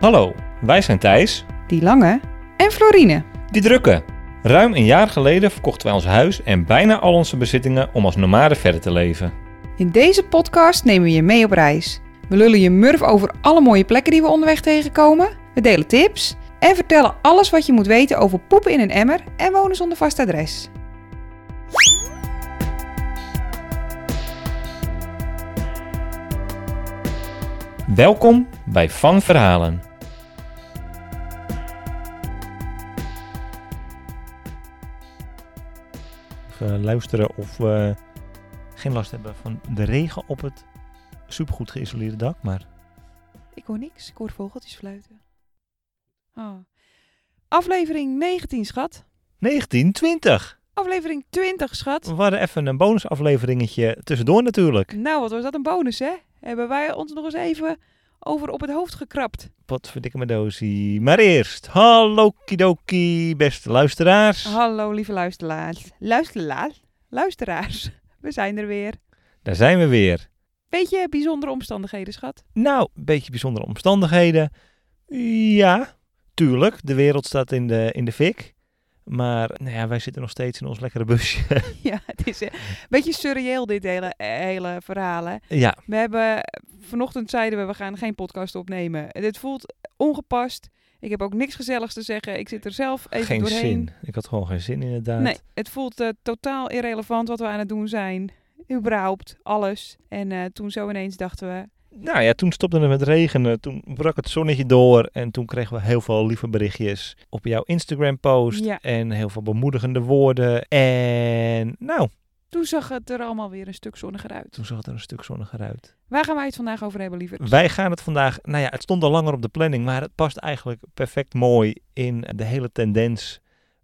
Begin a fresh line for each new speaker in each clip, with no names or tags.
Hallo, wij zijn Thijs,
Die Lange en Florine.
die drukke. Ruim een jaar geleden verkochten wij ons huis en bijna al onze bezittingen om als nomaden verder te leven.
In deze podcast nemen we je mee op reis. We lullen je murf over alle mooie plekken die we onderweg tegenkomen. We delen tips en vertellen alles wat je moet weten over poepen in een emmer en wonen zonder vast adres.
Welkom bij Van Verhalen. Even eh, luisteren of we geen last hebben van de regen op het supergoed geïsoleerde dak, maar
Ik hoor niks, ik hoor vogeltjes fluiten. Oh. Aflevering 19, schat.
1920!
Aflevering 20, schat.
We hadden even een bonusafleveringetje tussendoor natuurlijk.
Nou, wat was dat een bonus, hè? Hebben wij ons nog eens even over op het hoofd gekrapt.
Wat verdikke me dozie. Maar eerst, hallo kidoki, beste luisteraars.
Hallo, lieve luisteraars. Luisteraars? Luisteraars. We zijn er weer.
Daar zijn we weer.
Weet je, bijzondere omstandigheden, schat.
Nou, een beetje bijzondere omstandigheden. Ja, tuurlijk, de wereld staat in de, in de fik. Maar nou ja, wij zitten nog steeds in ons lekkere busje.
Ja, het is eh, een beetje surreëel, dit hele, eh, hele verhaal. hè.
ja,
We hebben, eh, vanochtend zeiden we, we gaan geen podcast opnemen. En Dit voelt ongepast. Ik heb ook niks gezelligs te zeggen. Ik zit er zelf even
geen
doorheen.
zin. Ik had gewoon geen zin inderdaad.
Nee, het voelt eh, totaal irrelevant wat we aan het doen zijn. Überhaupt, alles. En eh, toen zo ineens dachten we,
Nou ja, toen stopte het met regenen. Toen brak het zonnetje door. En toen kregen we heel veel lieve berichtjes op jouw Instagram-post.
Ja.
En heel veel bemoedigende woorden. En nou,
toen zag het er allemaal weer een stuk zonniger uit.
toen zag het er een stuk zonniger uit.
Waar gaan wij het vandaag over hebben, liever?
Wij gaan het vandaag, nou ja, het stond al langer op de planning, maar het past eigenlijk perfect mooi in de hele tendens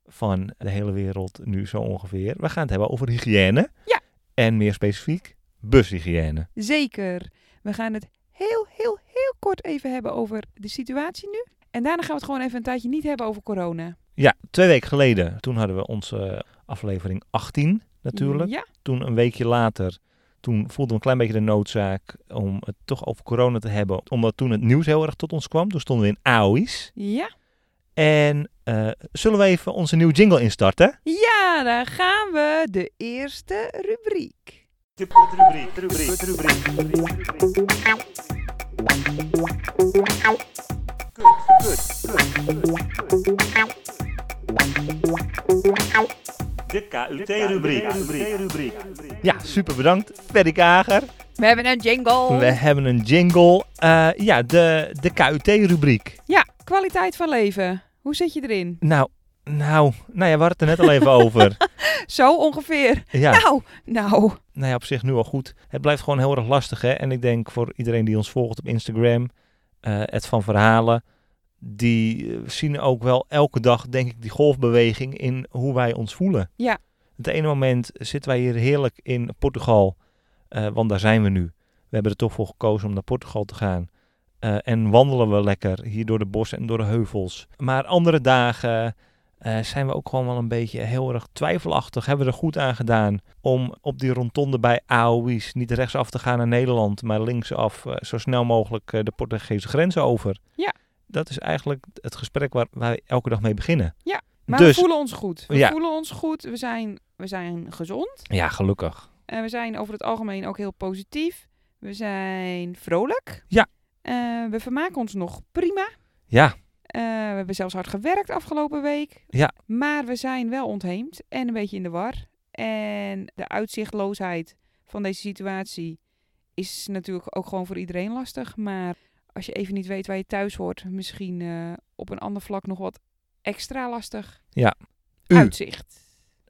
van de hele wereld nu zo ongeveer. We gaan het hebben over hygiëne.
Ja.
En meer specifiek bushygiëne.
Zeker. We gaan het heel, heel, heel kort even hebben over de situatie nu. En daarna gaan we het gewoon even een tijdje niet hebben over corona.
Ja, twee weken geleden, toen hadden we onze aflevering 18 natuurlijk.
Ja,
Toen een weekje later, toen voelden we een klein beetje de noodzaak om het toch over corona te hebben. Omdat toen het nieuws heel erg tot ons kwam, toen stonden we in AOI's.
ja,
En eh, zullen we even onze nieuwe jingle instarten?
ja, daar gaan we. De eerste rubriek.
De KUT-rubriek.
Ja, super bedankt, Ferry Kager.
We hebben een jingle.
We hebben een jingle. Eh, ja, de, de KUT-rubriek.
Ja, kwaliteit van leven. Hoe zit je erin?
Nou, nou, nou ja, we hadden het er net al even over.
Zo ongeveer.
Ja,
Nou, nou.
nou ja, op zich nu al goed. Het blijft gewoon heel erg lastig, hè. En ik denk voor iedereen die ons volgt op Instagram, eh, het van verhalen, die eh, zien ook wel elke dag, denk ik, die golfbeweging in hoe wij ons voelen.
Ja.
Het ene moment zitten wij hier heerlijk in Portugal, eh, want daar zijn we nu. We hebben er toch voor gekozen om naar Portugal te gaan. Eh, en wandelen we lekker hier door de bossen en door de heuvels. Maar andere dagen eh, zijn we ook gewoon wel een beetje heel erg twijfelachtig. Hebben we er goed aan gedaan om op die rondonde bij AOI's niet rechtsaf te gaan naar Nederland, maar linksaf eh, zo snel mogelijk eh, de Portugese grens over.
Ja.
Dat is eigenlijk het gesprek waar wij elke dag mee beginnen.
Ja, Maar
dus,
we voelen ons goed. We
Ja.
voelen ons goed. We zijn, we zijn gezond.
Ja, gelukkig.
En Eh, we zijn over het algemeen ook heel positief. We zijn vrolijk.
Ja.
Eh, we vermaken ons nog prima.
Ja,
Eh, we hebben zelfs hard gewerkt afgelopen week.
Ja.
Maar we zijn wel ontheemd en een beetje in de war. En de uitzichtloosheid van deze situatie is natuurlijk ook gewoon voor iedereen lastig. Maar als je even niet weet waar je thuis hoort, misschien eh, op een ander vlak nog wat extra lastig.
Ja. U.
Uitzicht.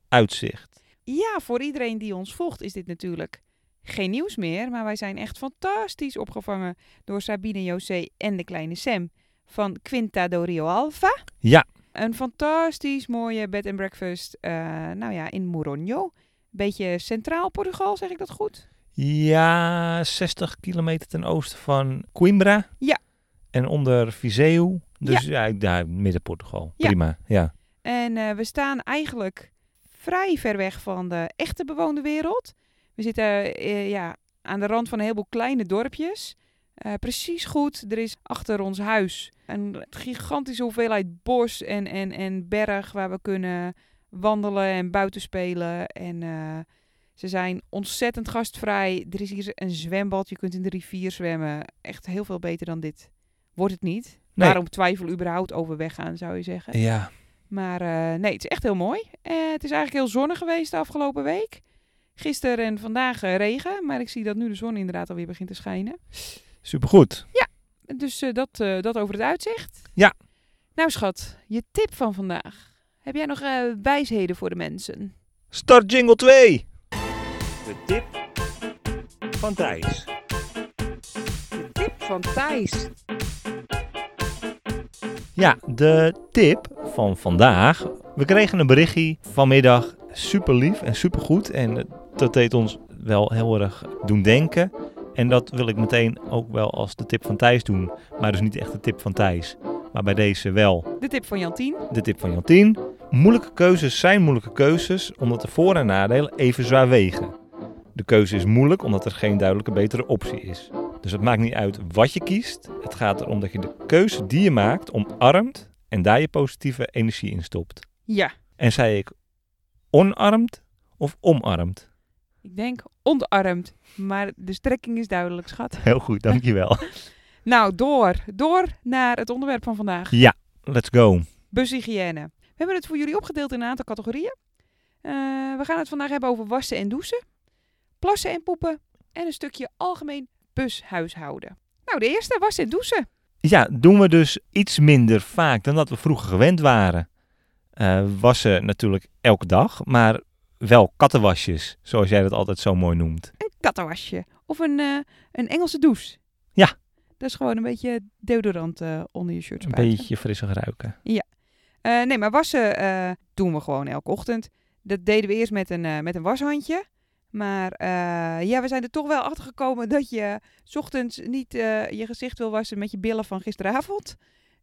uitzicht.
Ja, voor iedereen die ons volgt is dit natuurlijk geen nieuws meer. Maar wij zijn echt fantastisch opgevangen door Sabine José en de kleine Sam van Quinta do Rio Alfa.
Ja.
Een fantastisch mooie bed and breakfast, eh, nou ja, in Mouronho. Beetje centraal Portugal, zeg ik dat goed?
Ja, 60 kilometer ten oosten van Coimbra.
Ja.
En onder Viseu. Dus ja, ik- daar midden Portugal.
Ja.
Prima. Ja.
En eh, we staan eigenlijk vrij ver weg van de echte bewoonde wereld. We zitten eh, ja, aan de rand van een heleboel kleine dorpjes. Eh, eh, precies goed. Er is achter ons huis een gigantische hoeveelheid bos en, en, en berg waar we kunnen wandelen en buiten spelen. En eh, ze zijn ontzettend gastvrij. Er is hier een zwembad. Je kunt in de rivier zwemmen. Echt heel veel beter dan dit. Wordt het niet.
Nee.
Waarom twijfel überhaupt over weggaan, zou je zeggen.
Ja,
Maar eh, nee, het is echt heel mooi. Eh, het is eigenlijk heel zonnig geweest de afgelopen week. Gisteren en vandaag eh, regen, maar ik zie dat nu de zon inderdaad alweer begint te schijnen.
supergoed.
Dus eh, dat, eh, dat over het uitzicht.
Ja.
Nou schat, je tip van vandaag. Heb jij nog eh, wijsheden voor de mensen?
Start jingle 2!
De tip van Thijs.
De tip van Thijs.
Ja, de tip van vandaag. We kregen een berichtje vanmiddag. Super lief en super goed. En eh, dat deed ons wel heel erg doen denken. En dat wil ik meteen ook wel als de tip van Thijs doen. Maar dus niet echt de tip van Thijs. Maar bij deze wel
De tip van Jantien.
de tip van Jantien. Moeilijke keuzes zijn moeilijke keuzes omdat de voor- en nadelen even zwaar wegen. De keuze is moeilijk omdat er geen duidelijke betere optie is. Dus het maakt niet uit wat je kiest. Het gaat erom dat je de keuze die je maakt omarmt en daar je positieve energie in stopt.
Ja,
En zei ik onarmt of omarmt?
ik denk ontarmd. Maar de strekking is duidelijk, schat.
Heel goed, dankjewel.
Nou, door. Door naar het onderwerp van vandaag.
Let's go.
Bushygiëne. We hebben het voor jullie opgedeeld in een aantal categorieën. Eh, we gaan het vandaag hebben over wassen en douchen, plassen en poepen en een stukje algemeen bushuishouden. Nou, de eerste, wassen en douchen.
Ja, doen we dus iets minder vaak dan dat we vroeger gewend waren. Eh, wassen natuurlijk elke dag, maar wel kattenwasjes, zoals jij dat altijd zo mooi noemt.
Een kattenwasje of een, eh, een Engelse douche.
Ja.
Dat is gewoon een beetje deodorant eh, onder je shirt
Een
spuiten.
beetje frissig ruiken.
Eh, nee, maar wassen eh, doen we gewoon elke ochtend. Dat deden we eerst met een, eh, met een washandje. Maar eh, ja, we zijn er toch wel achter gekomen dat je 's ochtends niet eh, je gezicht wil wassen met je billen van gisteravond.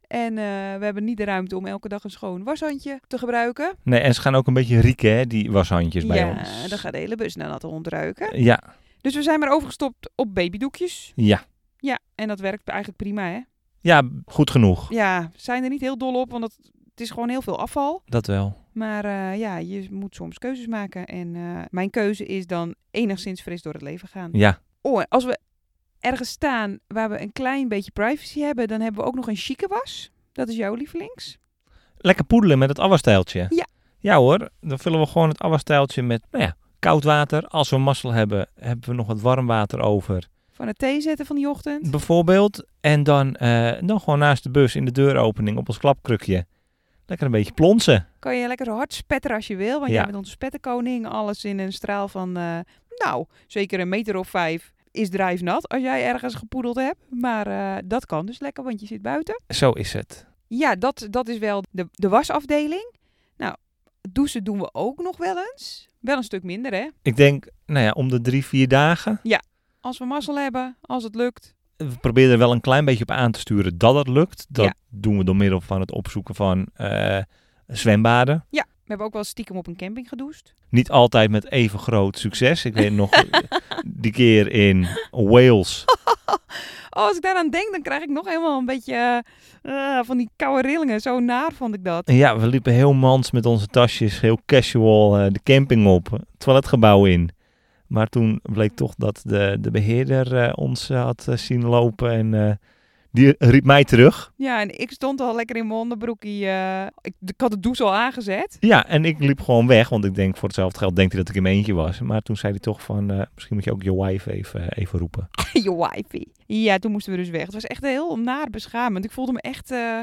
En eh, we hebben niet de ruimte om elke dag een schoon washandje te gebruiken.
Nee, en ze gaan ook een beetje rieken, hè, die washandjes bij
ja,
ons. Eh,
dan gaat de hele bus naar natte hond ruiken.
Ja,
Dus we zijn maar overgestopt op babydoekjes.
ja.
Ja, en dat werkt eigenlijk prima, hè?
Ja, goed genoeg.
Ja, we zijn er niet heel dol op, want dat, het is gewoon heel veel afval.
Dat wel.
Maar eh, ja, je moet soms keuzes maken. En eh, mijn keuze is dan enigszins fris door het leven gaan.
Ja,
Oh, en als we ergens staan waar we een klein beetje privacy hebben, dan hebben we ook nog een chique was. Dat is jouw lievelings.
lekker poedelen met het afwastijltje.
Ja.
Ja hoor, dan vullen we gewoon het afwastijltje met nou ja, koud water. Als we mazzel hebben, hebben we nog wat warm water over.
Van het thee zetten van die
Mm.
ochtend.
bijvoorbeeld. En dan, eh, dan gewoon naast de bus in de deuropening op ons klapkrukje. Lekker een beetje plonsen.
Kan je lekker zo hard spetteren als je wil. Want
Ja.
jij bent onze spettenkoning. Alles in een straal van, eh, nou, zeker een meter of vijf is drijfnat als jij ergens gepoedeld hebt. Maar eh, dat kan dus lekker, want je zit buiten.
Zo is het.
Ja, dat, dat is wel de, de wasafdeling. Nou, douchen doen we ook nog wel eens. Wel een stuk minder, hè?
Ik denk, nou ja, om de drie, vier dagen.
Als we mazzel hebben, als het lukt.
We proberen er wel een klein beetje op aan te sturen dat het lukt. Dat
Ja.
doen we door middel van het opzoeken van eh, zwembaden.
We hebben ook wel stiekem op een camping gedoucht.
Niet altijd met even groot succes. Ik weet nog eh, die keer in Wales.
Oh, als ik daaraan denk, dan krijg ik nog helemaal een beetje eh, eh, van die koude rillingen. Zo naar vond ik dat.
En ja, we liepen heel mans met onze tasjes, heel casual eh, de camping op, het toiletgebouw in. Maar toen bleek toch dat de, de beheerder eh, ons eh, had eh, zien lopen en eh, die riep mij terug.
Ja, en ik stond al lekker in mijn onderbroekie. eh, ik, ik had de douche al aangezet.
Ja, en ik liep gewoon weg, want ik denk voor hetzelfde geld denkt hij dat ik in mijn eentje was. Maar toen zei hij toch van, eh, misschien moet je ook je wife even, even roepen.
Je wifey. Ja, toen moesten we dus weg. Het was echt heel naar beschamend. Ik voelde me echt... eh,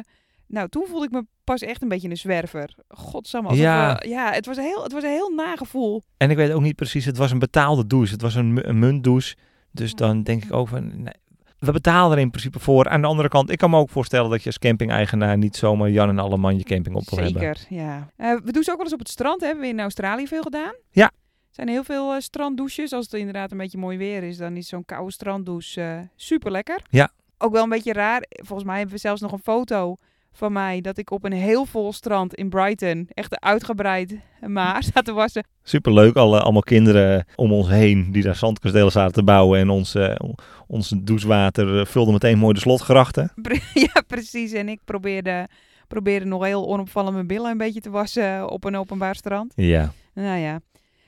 nou, toen voelde ik me pas echt een beetje een zwerver. Godsamme. alsof
Ja.
we- ja het, was een heel, het was een heel nagevoel.
En ik weet ook niet precies, het was een betaalde douche, het was een, mu- een muntdouche. Dus dan denk ik ook van, nee, we betalen er in principe voor. Aan de andere kant, ik kan me ook voorstellen dat je als camping-eigenaar niet zomaar Jan en alle man je camping op wil hebben.
Zeker, ja. Eh, we doen ze ook wel eens op het strand. Hè? Hebben we in Australië veel gedaan.
Ja.
Er zijn heel veel eh, stranddouches. Als het inderdaad een beetje mooi weer is, dan is zo'n koude stranddouche super lekker.
Ja.
Ook wel een beetje raar. Volgens mij hebben we zelfs nog een foto van mij dat ik op een heel vol strand in Brighton, echt uitgebreid, eh, maar staat te wassen.
Superleuk, alle, allemaal kinderen om ons heen die daar zandkastelen zaten te bouwen en ons, eh, Ons douchewater eh, vulde meteen mooi de slotgrachten.
Pre- Ja, precies. En ik probeerde, probeerde nog heel onopvallend mijn billen een beetje te wassen op een openbaar strand.
Ja.
Nou ja. Eh,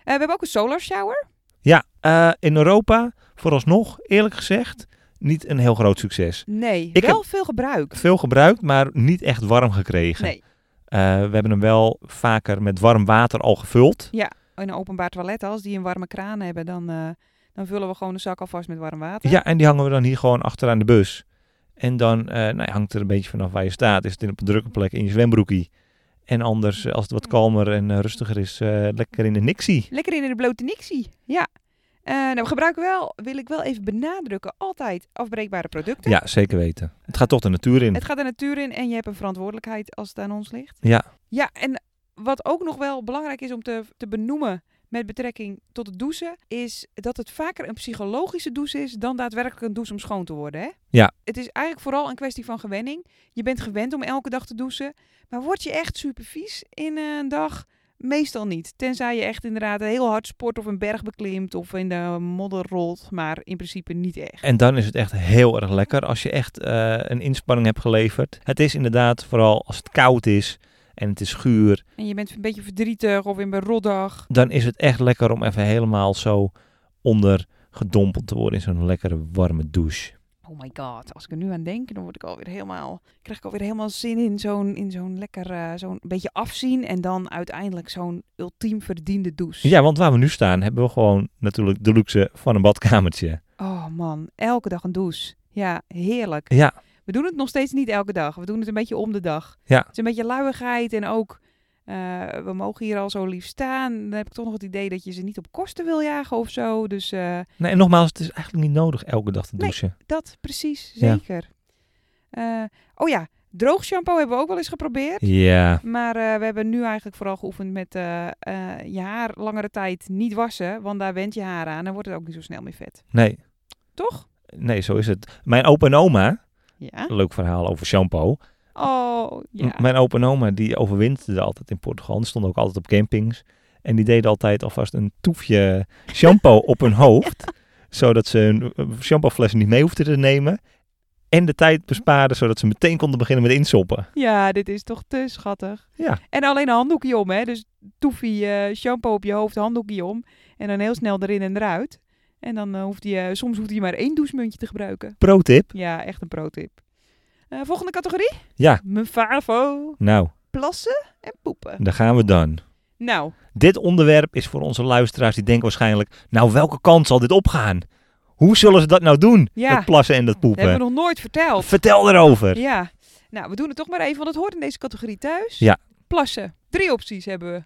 we hebben ook een solar shower.
Ja, eh, in Europa vooralsnog, eerlijk gezegd, niet een heel groot succes.
Nee,
Ik
wel veel gebruik.
Veel gebruikt, maar niet echt warm gekregen.
Nee,
Eh, we hebben hem wel vaker met warm water al gevuld.
in een openbaar toilet, als die een warme kraan hebben, dan, eh, dan vullen we gewoon de zak alvast met warm water.
Ja, en die hangen we dan hier gewoon achteraan de bus. En dan eh, nou, ja, hangt er een beetje vanaf waar je staat. Is het in op een drukke plek in je zwembroekie? En anders, eh, als het wat kalmer en eh, rustiger is, eh, lekker in de Nixie.
Lekker in de blote Nixie. Ja. Eh, nou, we gebruiken wel, wil ik wel even benadrukken, altijd afbreekbare producten.
Ja, zeker weten. Het gaat toch de natuur in.
Het gaat de natuur in en je hebt een verantwoordelijkheid als het aan ons ligt.
Ja.
Ja, en wat ook nog wel belangrijk is om te, te benoemen met betrekking tot het douchen, is dat het vaker een psychologische douche is dan daadwerkelijk een douche om schoon te worden. Hè?
Ja.
Het is eigenlijk vooral een kwestie van gewenning. Je bent gewend om elke dag te douchen, maar word je echt super vies in een dag? Meestal niet. Tenzij je echt inderdaad heel hard sport of een berg beklimt of in de modder rolt, maar in principe niet echt.
En dan is het echt heel erg lekker als je echt eh, een inspanning hebt geleverd. Het is inderdaad vooral als het koud is en het is guur.
En je bent een beetje verdrietig of in een rotdag.
Dan is het echt lekker om even helemaal zo onder gedompeld te worden in zo'n lekkere warme douche.
Oh my god, als ik er nu aan denk, dan word ik alweer helemaal, krijg ik alweer helemaal zin in zo'n, in zo'n lekker, eh, zo'n beetje afzien en dan uiteindelijk zo'n ultiem verdiende douche.
Ja, want waar we nu staan hebben we gewoon natuurlijk de luxe van een badkamertje.
Oh man, elke dag een douche. Ja, heerlijk.
Ja,
We doen het nog steeds niet elke dag. We doen het een beetje om de dag.
Ja.
Het is een beetje luiigheid en ook, eh, we mogen hier al zo lief staan. Dan heb ik toch nog het idee dat je ze niet op kosten wil jagen of zo. Dus eh,
nee, en nogmaals, het is eigenlijk niet nodig elke dag te
Nee.
douchen.
dat precies,
Ja.
zeker. Eh, oh ja, droog shampoo hebben we ook wel eens geprobeerd.
Ja,
Maar eh, we hebben nu eigenlijk vooral geoefend met eh, eh, je haar langere tijd niet wassen. Want daar went je haar aan en wordt het ook niet zo snel meer vet.
nee,
Toch?
nee, zo is het. Mijn opa en oma,
Ja.
leuk verhaal over shampoo.
Oh, ja.
M- Mijn opa en oma die overwinterde altijd in Portugal. Die stonden ook altijd op campings. En die deden altijd alvast een toefje shampoo op hun hoofd. Zodat ze hun eh, shampooflessen niet mee hoefden te nemen. En de tijd bespaarden, zodat ze meteen konden beginnen met insoppen.
Ja, dit is toch te schattig.
Ja.
En alleen een handdoekje om, hè. Dus toefie, eh, shampoo op je hoofd, handdoekje om. En dan heel snel erin en eruit. En dan eh, hoeft hij, eh, soms hoeft hij maar één douchemuntje te gebruiken.
Pro tip.
Ja, echt een pro-tip. Eh, volgende categorie?
Ja.
Mijn favo.
Nou,
Plassen en poepen.
daar gaan we dan.
Nou,
Dit onderwerp is voor onze luisteraars die denken waarschijnlijk... Nou, welke kant zal dit opgaan? Hoe zullen ze dat nou doen?
Ja.
Dat plassen en dat
dat hebben
poepen.
we nog nooit verteld.
Vertel erover.
Ja, nou, we doen het toch maar even, want het hoort in deze categorie thuis.
Ja.
Plassen. Drie opties hebben we.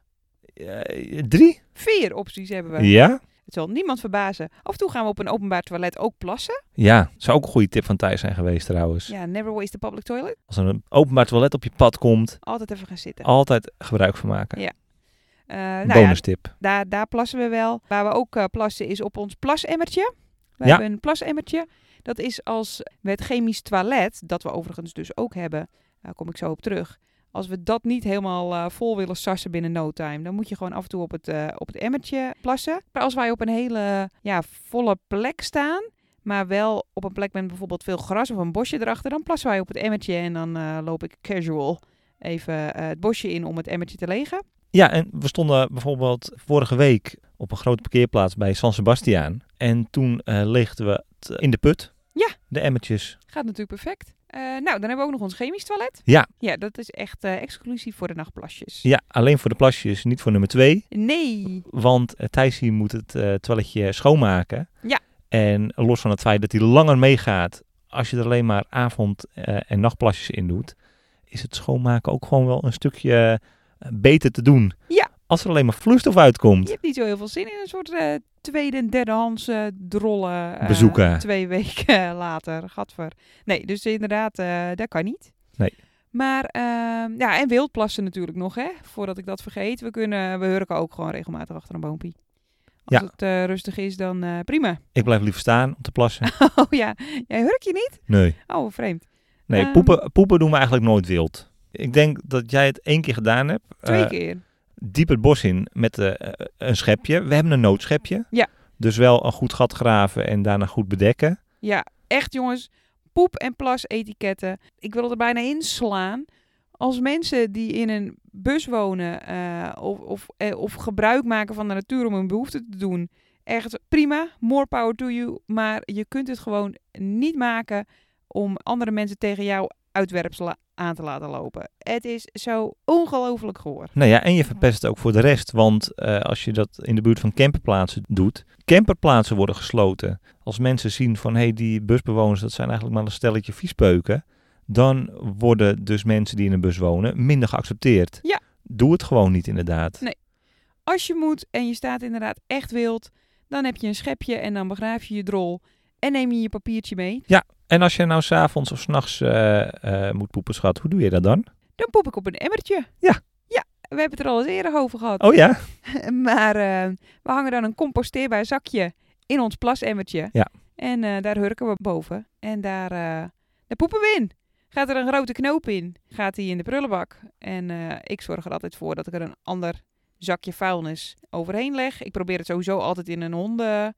Eh, drie?
Vier opties hebben we.
Ja?
Het zal niemand verbazen. Af en toe gaan we op een openbaar toilet ook plassen.
Ja, zou ook een goede tip van Thijs zijn geweest trouwens.
Ja, never waste the public toilet.
Als er een openbaar toilet op je pad komt,
Altijd even gaan zitten.
altijd gebruik van maken.
Ja. Eh,
Een
nou ja,
Bonus tip.
daar, daar plassen we wel. Waar we ook eh, plassen is op ons plasemmertje. We
Ja.
hebben een plasemmertje. Dat is als we het chemisch toilet, dat we overigens dus ook hebben, daar kom ik zo op terug. Als we dat niet helemaal eh, vol willen sassen binnen no time, dan moet je gewoon af en toe op het, eh, op het emmertje plassen. Maar als wij op een hele ja, volle plek staan, maar wel op een plek met bijvoorbeeld veel gras of een bosje erachter, dan plassen wij op het emmertje en dan eh, loop ik casual even eh, het bosje in om het emmertje te legen.
Ja, en we stonden bijvoorbeeld vorige week op een grote parkeerplaats bij San Sebastiaan. En toen eh legden we het in de put.
Ja.
De emmertjes.
Gaat natuurlijk perfect. Eh, nou, dan hebben we ook nog ons chemisch toilet.
Ja.
Ja, dat is echt eh, exclusief voor de nachtplasjes.
Ja, alleen voor de plasjes, niet voor nummer twee.
Nee.
Want eh, Thijs hier moet het eh toiletje schoonmaken.
Ja.
En los van het feit dat hij langer meegaat als je er alleen maar avond- eh, en nachtplasjes in doet, is het schoonmaken ook gewoon wel een stukje eh, beter te doen.
Ja.
Als er alleen maar vloeistof uitkomt.
Je hebt niet zo heel veel zin in een soort eh, tweede en derdehands eh drollen. eh,
Bezoeken.
Twee weken later, gadver. Nee, dus inderdaad, eh, dat kan niet.
Nee.
Maar, ehm, ja, en wildplassen natuurlijk nog, hè. Voordat ik dat vergeet. We kunnen, we hurken ook gewoon regelmatig achter een boompie. Als
Ja.
het eh, rustig is, dan eh, prima.
Ik blijf liever staan om te plassen.
Oh ja, jij hurk je niet?
Nee.
Oh, vreemd.
Nee,
Ehm.
poepen, poepen doen we eigenlijk nooit wild. Ik denk dat jij het één keer gedaan hebt.
Twee
eh,
keer.
diep het bos in met eh, eh, een schepje. We hebben een noodschepje.
Ja.
Dus wel een goed gat graven en daarna goed bedekken.
Ja, echt jongens, poep- en plas-etiketten. Ik wil er bijna inslaan. Als mensen die in een bus wonen eh, of, of, eh, of gebruik maken van de natuur om hun behoeften te doen, echt prima, more power to you. Maar je kunt het gewoon niet maken om andere mensen tegen jouw uitwerpselen aan te laten lopen. Het is zo ongelooflijk goor.
Nou ja, en je verpest het ook voor de rest. Want eh, als je dat in de buurt van camperplaatsen doet, camperplaatsen worden gesloten. Als mensen zien van hé, hey, die busbewoners, dat zijn eigenlijk maar een stelletje viespeuken. Dan worden dus mensen die in een bus wonen minder geaccepteerd.
Ja.
Doe het gewoon niet, inderdaad.
Nee. Als je moet en je staat inderdaad echt wild, dan heb je een schepje en dan begraaf je je drol en neem je je papiertje mee.
En als je nou s'avonds of s'nachts eh eh moet poepen, schat, hoe doe je dat dan?
Dan poep ik op een emmertje.
Ja.
Ja, we hebben het er al eens eerder over gehad.
Oh ja,
Maar eh, we hangen dan een composteerbaar zakje in ons plasemmertje.
Ja.
En eh, daar hurken we boven. En daar, eh, daar poepen we in. Gaat er een grote knoop in, gaat die in de prullenbak. En eh, ik zorg er altijd voor dat ik er een ander zakje vuilnis overheen leg. Ik probeer het sowieso altijd in een honden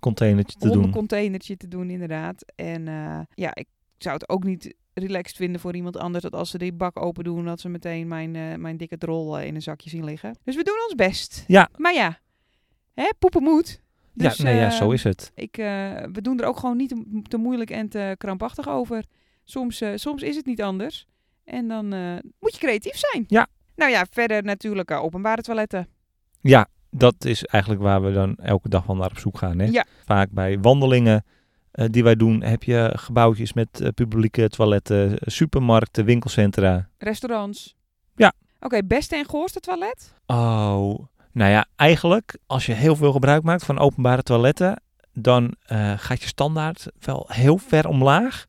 containertje te doen.
hondencontainertje te doen, inderdaad. En eh, ja, ik zou het ook niet relaxed vinden voor iemand anders dat als ze die bak open doen, dat ze meteen mijn, eh, mijn dikke drol eh, in een zakje zien liggen. Dus we doen ons best.
Ja.
Maar ja, hè, poepen moet. Dus,
ja, nee, ja,
eh,
zo is het.
Ik, eh, we doen er ook gewoon niet te, te moeilijk en te krampachtig over. Soms, eh, soms is het niet anders. En dan eh, moet je creatief zijn.
Ja.
Nou ja, verder natuurlijk eh, openbare toiletten.
Ja, dat is eigenlijk waar we dan elke dag wel naar op zoek gaan. Hè?
Ja.
Vaak bij wandelingen eh, die wij doen, heb je gebouwtjes met eh, publieke toiletten, supermarkten, winkelcentra.
Restaurants.
Ja.
Oké, beste en goorste toilet.
Oh, nou ja, eigenlijk als je heel veel gebruik maakt van openbare toiletten, dan eh, gaat je standaard wel heel ver omlaag.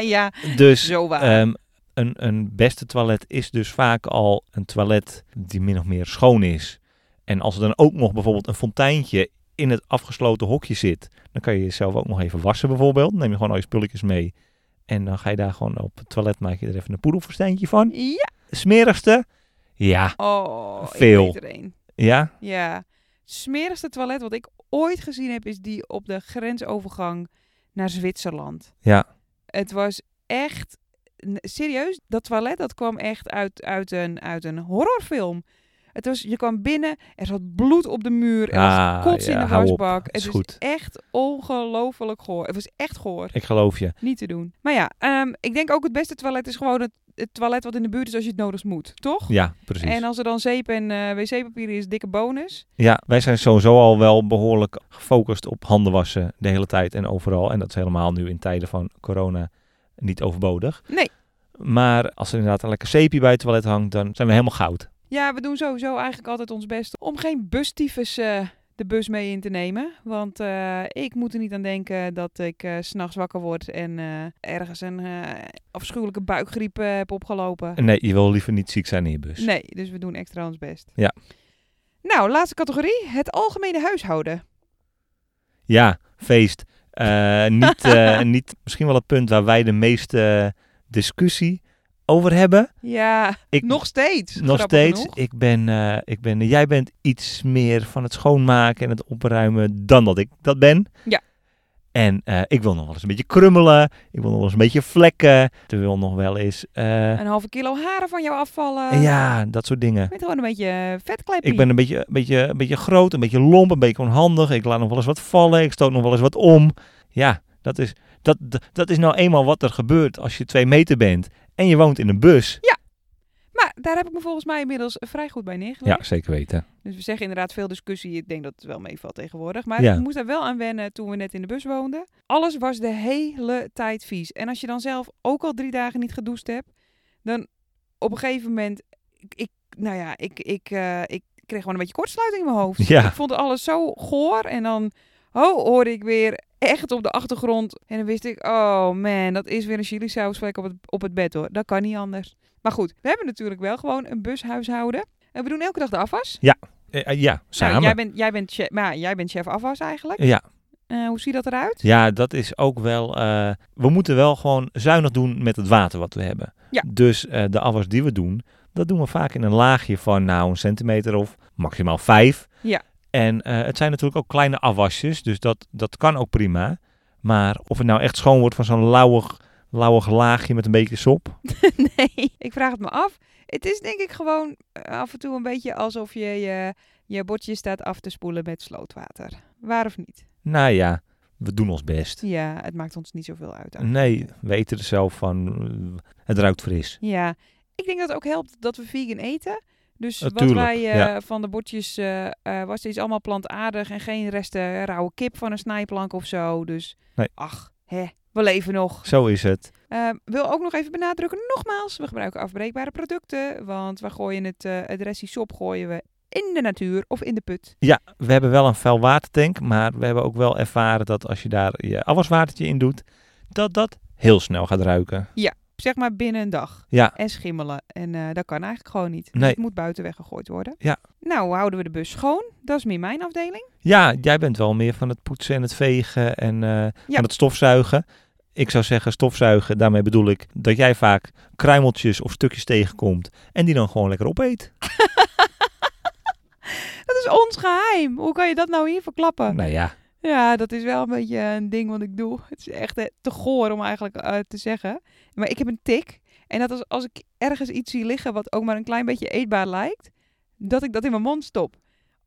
ja,
Dus
zo waar.
ehm, een, een beste toilet is dus vaak al een toilet die min of meer schoon is. En als er dan ook nog bijvoorbeeld een fonteintje in het afgesloten hokje zit, dan kan je jezelf ook nog even wassen bijvoorbeeld. Dan neem je gewoon al je spulletjes mee. En dan ga je daar gewoon op het toilet, maak je er even een poedelfestijntje van.
Ja.
Smerigste? Ja,
Oh,
Veel.
ik weet er een.
ja,
Ja. Smerigste toilet wat ik ooit gezien heb is die op de grensovergang naar Zwitserland.
ja.
Het was echt n- serieus, dat toilet dat kwam echt uit, uit, een, uit een horrorfilm. Het was, je kwam binnen, er zat bloed op de muur, er
Ah,
was kots
ja,
in de
hou op.
wasbak. Het
Is
was
goed.
echt ongelooflijk goor. Het was echt goor.
Ik geloof je.
Niet te doen. Maar ja, ehm, ik denk ook het beste toilet is gewoon het, het toilet wat in de buurt is als je het nodig moet, toch?
Ja, precies.
En als er dan zeep en eh, wc-papier is, dikke bonus.
Ja, wij zijn sowieso al wel behoorlijk gefocust op handen wassen de hele tijd en overal. En dat is helemaal nu in tijden van corona niet overbodig.
Nee.
Maar als er inderdaad een lekker zeepje bij het toilet hangt, dan zijn we helemaal goud.
Ja, we doen sowieso eigenlijk altijd ons best om geen bustyfus eh, de bus mee in te nemen. Want eh, ik moet er niet aan denken dat ik eh, 's s'nachts wakker word en eh, ergens een eh, afschuwelijke buikgriep eh, heb opgelopen.
En Nee, je wil liever niet ziek zijn in je bus.
Nee, dus we doen extra ons best.
Ja.
Nou, laatste categorie, het algemene huishouden.
Ja, feest. Eh, niet, eh, niet misschien wel het punt waar wij de meeste discussie over hebben.
Ja,
Ik,
nog steeds.
Nog
grappig
steeds.
genoeg.
Ik ben, eh, ik ben, jij bent iets meer van het schoonmaken en het opruimen dan dat ik dat ben.
Ja.
En eh, ik wil nog wel eens een beetje krummelen. Ik wil nog wel eens een beetje vlekken. Er wil nog wel eens. eh,
Een halve kilo haren van jou afvallen.
en ja, dat soort dingen.
Je bent gewoon een beetje eh, vetkleppie.
Ik ben een beetje, een, beetje, een beetje groot, een beetje lomp, een beetje onhandig. Ik laat nog wel eens wat vallen. Ik stoot nog wel eens wat om. Ja, dat is, dat, dat, dat is nou eenmaal wat er gebeurt als je twee meter bent en je woont in een bus.
Maar daar heb ik me volgens mij inmiddels eh, vrij goed bij neergelegd.
Ja, zeker weten.
Dus we zeggen inderdaad veel discussie. Ik denk dat het wel meevalt tegenwoordig. Maar
Ja.
ik moest daar wel aan wennen toen we net in de bus woonden. Alles was de hele tijd vies. En als je dan zelf ook al drie dagen niet gedoucht hebt, dan op een gegeven moment. Ik, ik- nou ja, ik, ik, eh, ik kreeg gewoon een beetje kortsluiting in mijn hoofd.
Ja.
Ik vond alles zo goor. En dan oh, hoorde ik weer echt op de achtergrond. En dan wist ik, oh man, dat is weer een chili sausvlek op het, op het bed hoor. Dat kan niet anders. Maar goed, we hebben natuurlijk wel gewoon een bushuishouden. En we doen elke dag de afwas.
Eh, eh, ja,
Nou,
samen.
jij bent, jij bent, chef, maar jij bent chef afwas eigenlijk.
Ja,
Eh, hoe ziet dat eruit?
Ja, dat is ook wel. eh, we moeten wel gewoon zuinig doen met het water wat we hebben.
Ja.
Dus eh, de afwas die we doen, dat doen we vaak in een laagje van nou een centimeter of maximaal vijf.
Ja.
En eh, het zijn natuurlijk ook kleine afwasjes, dus dat, dat kan ook prima. Maar of het nou echt schoon wordt van zo'n lauwig, lauwig laagje met een beetje sop.
Nee, ik vraag het me af. Het is denk ik gewoon eh, af en toe een beetje alsof je je, je bordje staat af te spoelen met slootwater. Waar of niet?
Nou ja, we doen ons best.
Ja, het maakt ons niet zoveel uit. eigenlijk.
Nee, we eten er zelf van. eh, Het ruikt fris.
Ja, ik denk dat het ook helpt dat we vegan eten. Dus
Eh,
wat
tuurlijk,
wij eh,
ja.
van de bordjes eh eh, was, is allemaal plantaardig en geen resten rauwe kip van een snijplank of zo. Dus
Nee.
ach, hè, we leven nog.
Zo is het.
Eh, wil ook nog even benadrukken, nogmaals, we gebruiken afbreekbare producten. Want we gooien het, eh het restje sop gooien we in de natuur of in de put.
Ja, we hebben wel een vuilwatertank, maar we hebben ook wel ervaren dat als je daar je afwaswatertje in doet, dat dat heel snel gaat ruiken.
Zeg maar binnen een dag.
Ja.
En schimmelen. En eh, dat kan eigenlijk gewoon niet.
Nee.
Het moet buiten weggegooid worden.
Ja.
Nou, houden we de bus schoon. Dat is meer mijn afdeling.
Ja, jij bent wel meer van het poetsen en het vegen en eh,
Ja.
van het stofzuigen. Ik zou zeggen stofzuigen, daarmee bedoel ik dat jij vaak kruimeltjes of stukjes tegenkomt en die dan gewoon lekker opeet.
Dat is ons geheim. Hoe kan je dat nou hier verklappen?
Nou ja,
Ja, dat is wel een beetje een ding wat ik doe. Het is echt eh, te goor om eigenlijk eh, te zeggen. Maar ik heb een tik. En dat is als ik ergens iets zie liggen wat ook maar een klein beetje eetbaar lijkt, dat ik dat in mijn mond stop.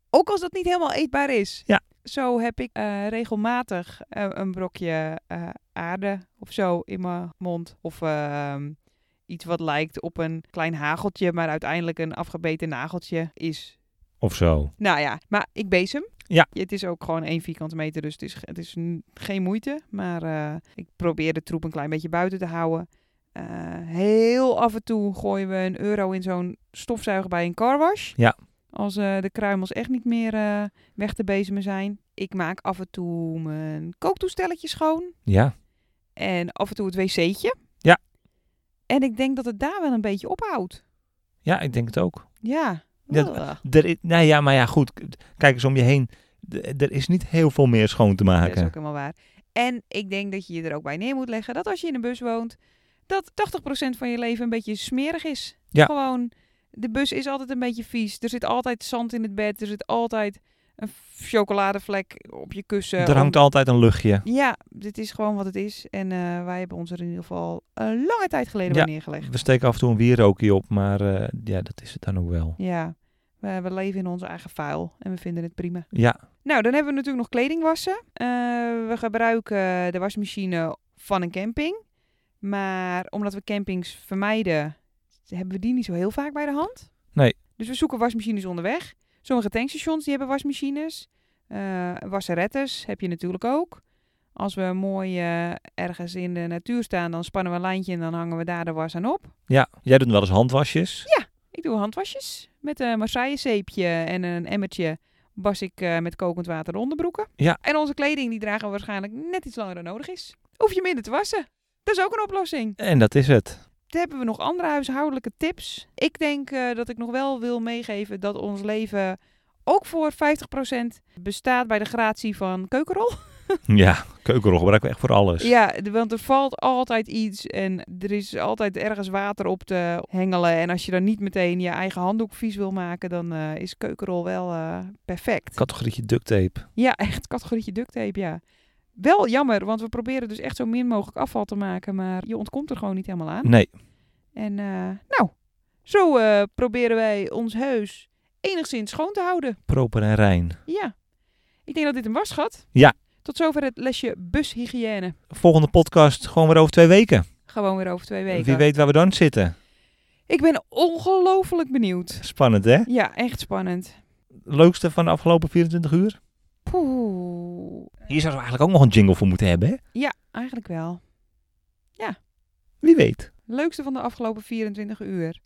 Ook als dat niet helemaal eetbaar is.
Ja.
Zo heb ik eh, regelmatig eh, een brokje eh, aarde of zo in mijn mond. Of ehm, iets wat lijkt op een klein hageltje, maar uiteindelijk een afgebeten nageltje is.
of zo.
Nou ja, maar ik bezem.
Ja.
Het is ook gewoon één vierkante meter, dus het is, het is n- geen moeite. Maar eh, ik probeer de troep een klein beetje buiten te houden. Eh, heel af en toe gooien we een euro in zo'n stofzuiger bij een carwash.
Ja.
Als eh, de kruimels echt niet meer eh, weg te bezemen zijn. Ik maak af en toe mijn kooktoestelletje schoon.
Ja,
En af en toe het wc'tje.
Ja.
En ik denk dat het daar wel een beetje ophoudt.
ja ik denk het ook.
Ja.
Ja,
Ugh.
Er is, nou ja, maar ja, goed. k- Kijk eens om je heen. D- Er is niet heel veel meer schoon te
Dat is
maken.
ook helemaal waar. En ik denk dat je je er ook bij neer moet leggen dat als je in een bus woont, dat 80% van je leven een beetje smerig is.
Ja.
Gewoon, de bus is altijd een beetje vies. Er zit altijd zand in het bed. Er zit altijd een f- chocoladevlek op je kussen.
Er hangt altijd een luchtje.
Ja, dit is gewoon wat het is. En eh, wij hebben ons er in ieder geval een lange tijd geleden
Ja.
bij neergelegd.
We steken af en toe een wierookje op, maar eh, ja, dat is het dan ook wel.
Ja, we, we leven in onze eigen vuil en we vinden het prima.
Ja,
Nou, dan hebben we natuurlijk nog kleding wassen. Eh, we gebruiken de wasmachine van een camping. Maar omdat we campings vermijden, hebben we die niet zo heel vaak bij de hand.
Nee.
Dus we zoeken wasmachines onderweg. Sommige tankstations die hebben wasmachines. Eh wasserettes heb je natuurlijk ook. Als we mooi eh, ergens in de natuur staan, dan spannen we een lijntje en dan hangen we daar de was aan op.
ja. jij doet wel eens handwasjes.
Ik doe handwasjes met een Marseille zeepje en een emmertje. Was ik eh, met kokend water de onderbroeken.
Ja.
En onze kleding die dragen we waarschijnlijk net iets langer dan nodig is. Hoef je minder te wassen. Dat is ook een oplossing.
En dat is het.
Dan hebben we nog andere huishoudelijke tips. Ik denk eh, dat ik nog wel wil meegeven dat ons leven ook voor 50% bestaat bij de gratie van keukenrol.
Ja, keukenrol gebruiken we echt voor alles.
Ja, d- want er valt altijd iets en er is altijd ergens water op te hengelen. En als je dan niet meteen je eigen handdoek vies wil maken, dan eh, is keukenrol wel eh, perfect.
Categorietje duct tape.
Ja, echt categorietje duct tape, ja. Wel jammer, want we proberen dus echt zo min mogelijk afval te maken, maar je ontkomt er gewoon niet helemaal aan.
Nee,
En eh, nou, zo eh, proberen wij ons heus enigszins schoon te houden.
proper en rein.
Ja, ik denk dat dit een was, schat.
Ja.
Tot zover het lesje bushygiëne.
Volgende podcast gewoon weer over twee weken.
Gewoon weer over twee weken.
Wie weet waar we dan zitten.
Ik ben ongelooflijk benieuwd.
Spannend, hè?
Ja, echt spannend.
Leukste van de afgelopen 24 uur?
Poeh.
Hier zouden we eigenlijk ook nog een jingle voor moeten hebben, hè?
Ja, eigenlijk wel.
Wie weet.
Leukste van de afgelopen 24 uur.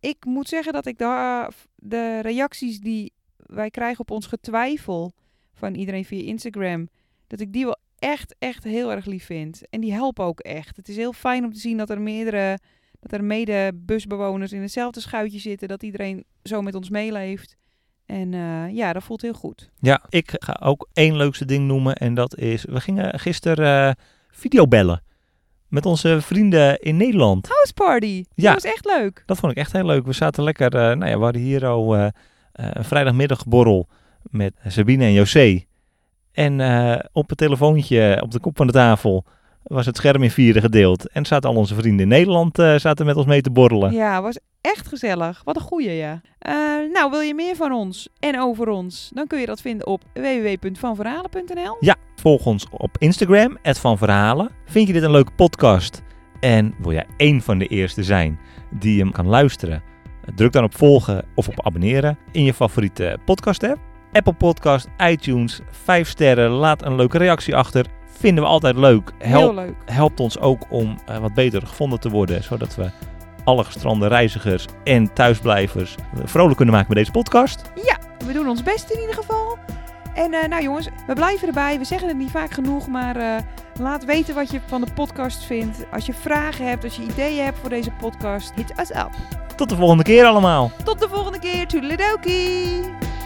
Ik moet zeggen dat ik de, de reacties die wij krijgen op ons getwijfel van iedereen via Instagram, dat ik die wel echt, echt heel erg lief vind. En die helpen ook echt. Het is heel fijn om te zien dat er meerdere, dat er mede busbewoners in hetzelfde schuitje zitten, dat iedereen zo met ons meeleeft. En eh, ja, dat voelt heel goed.
Ja, ik ga ook één leukste ding noemen en dat is... We gingen gisteren eh videobellen met onze vrienden in Nederland.
House party.
Ja.
Dat was echt leuk.
Dat vond ik echt heel leuk. We zaten lekker, eh, nou ja, we hadden hier al eh, eh, een vrijdagmiddagborrel met Sabine en José. En eh, op het telefoontje op de kop van de tafel was het scherm in vieren gedeeld. En zaten al onze vrienden in Nederland eh, zaten met ons mee te borrelen.
Ja, was echt gezellig. Wat een goeie, ja. Eh, nou, wil je meer van ons en over ons? Dan kun je dat vinden op www.vanverhalen.nl.
Volg ons op Instagram, Van Verhalen. Vind je dit een leuke podcast? En wil jij één van de eerste zijn die hem kan luisteren? Druk dan op volgen of op abonneren in je favoriete podcast app. Apple Podcast, iTunes, 5 sterren. Laat een leuke reactie achter. Vinden we altijd leuk. Help,
Heel leuk.
helpt ons ook om eh, wat beter gevonden te worden. Zodat we alle gestrande reizigers en thuisblijvers vrolijk kunnen maken met deze podcast.
We doen ons best in ieder geval. En eh, nou jongens, we blijven erbij. We zeggen het niet vaak genoeg, maar eh, laat weten wat je van de podcast vindt. Als je vragen hebt, als je ideeën hebt voor deze podcast, hit us up.
Tot de volgende keer allemaal.
Tot de volgende keer. Toedeledokie!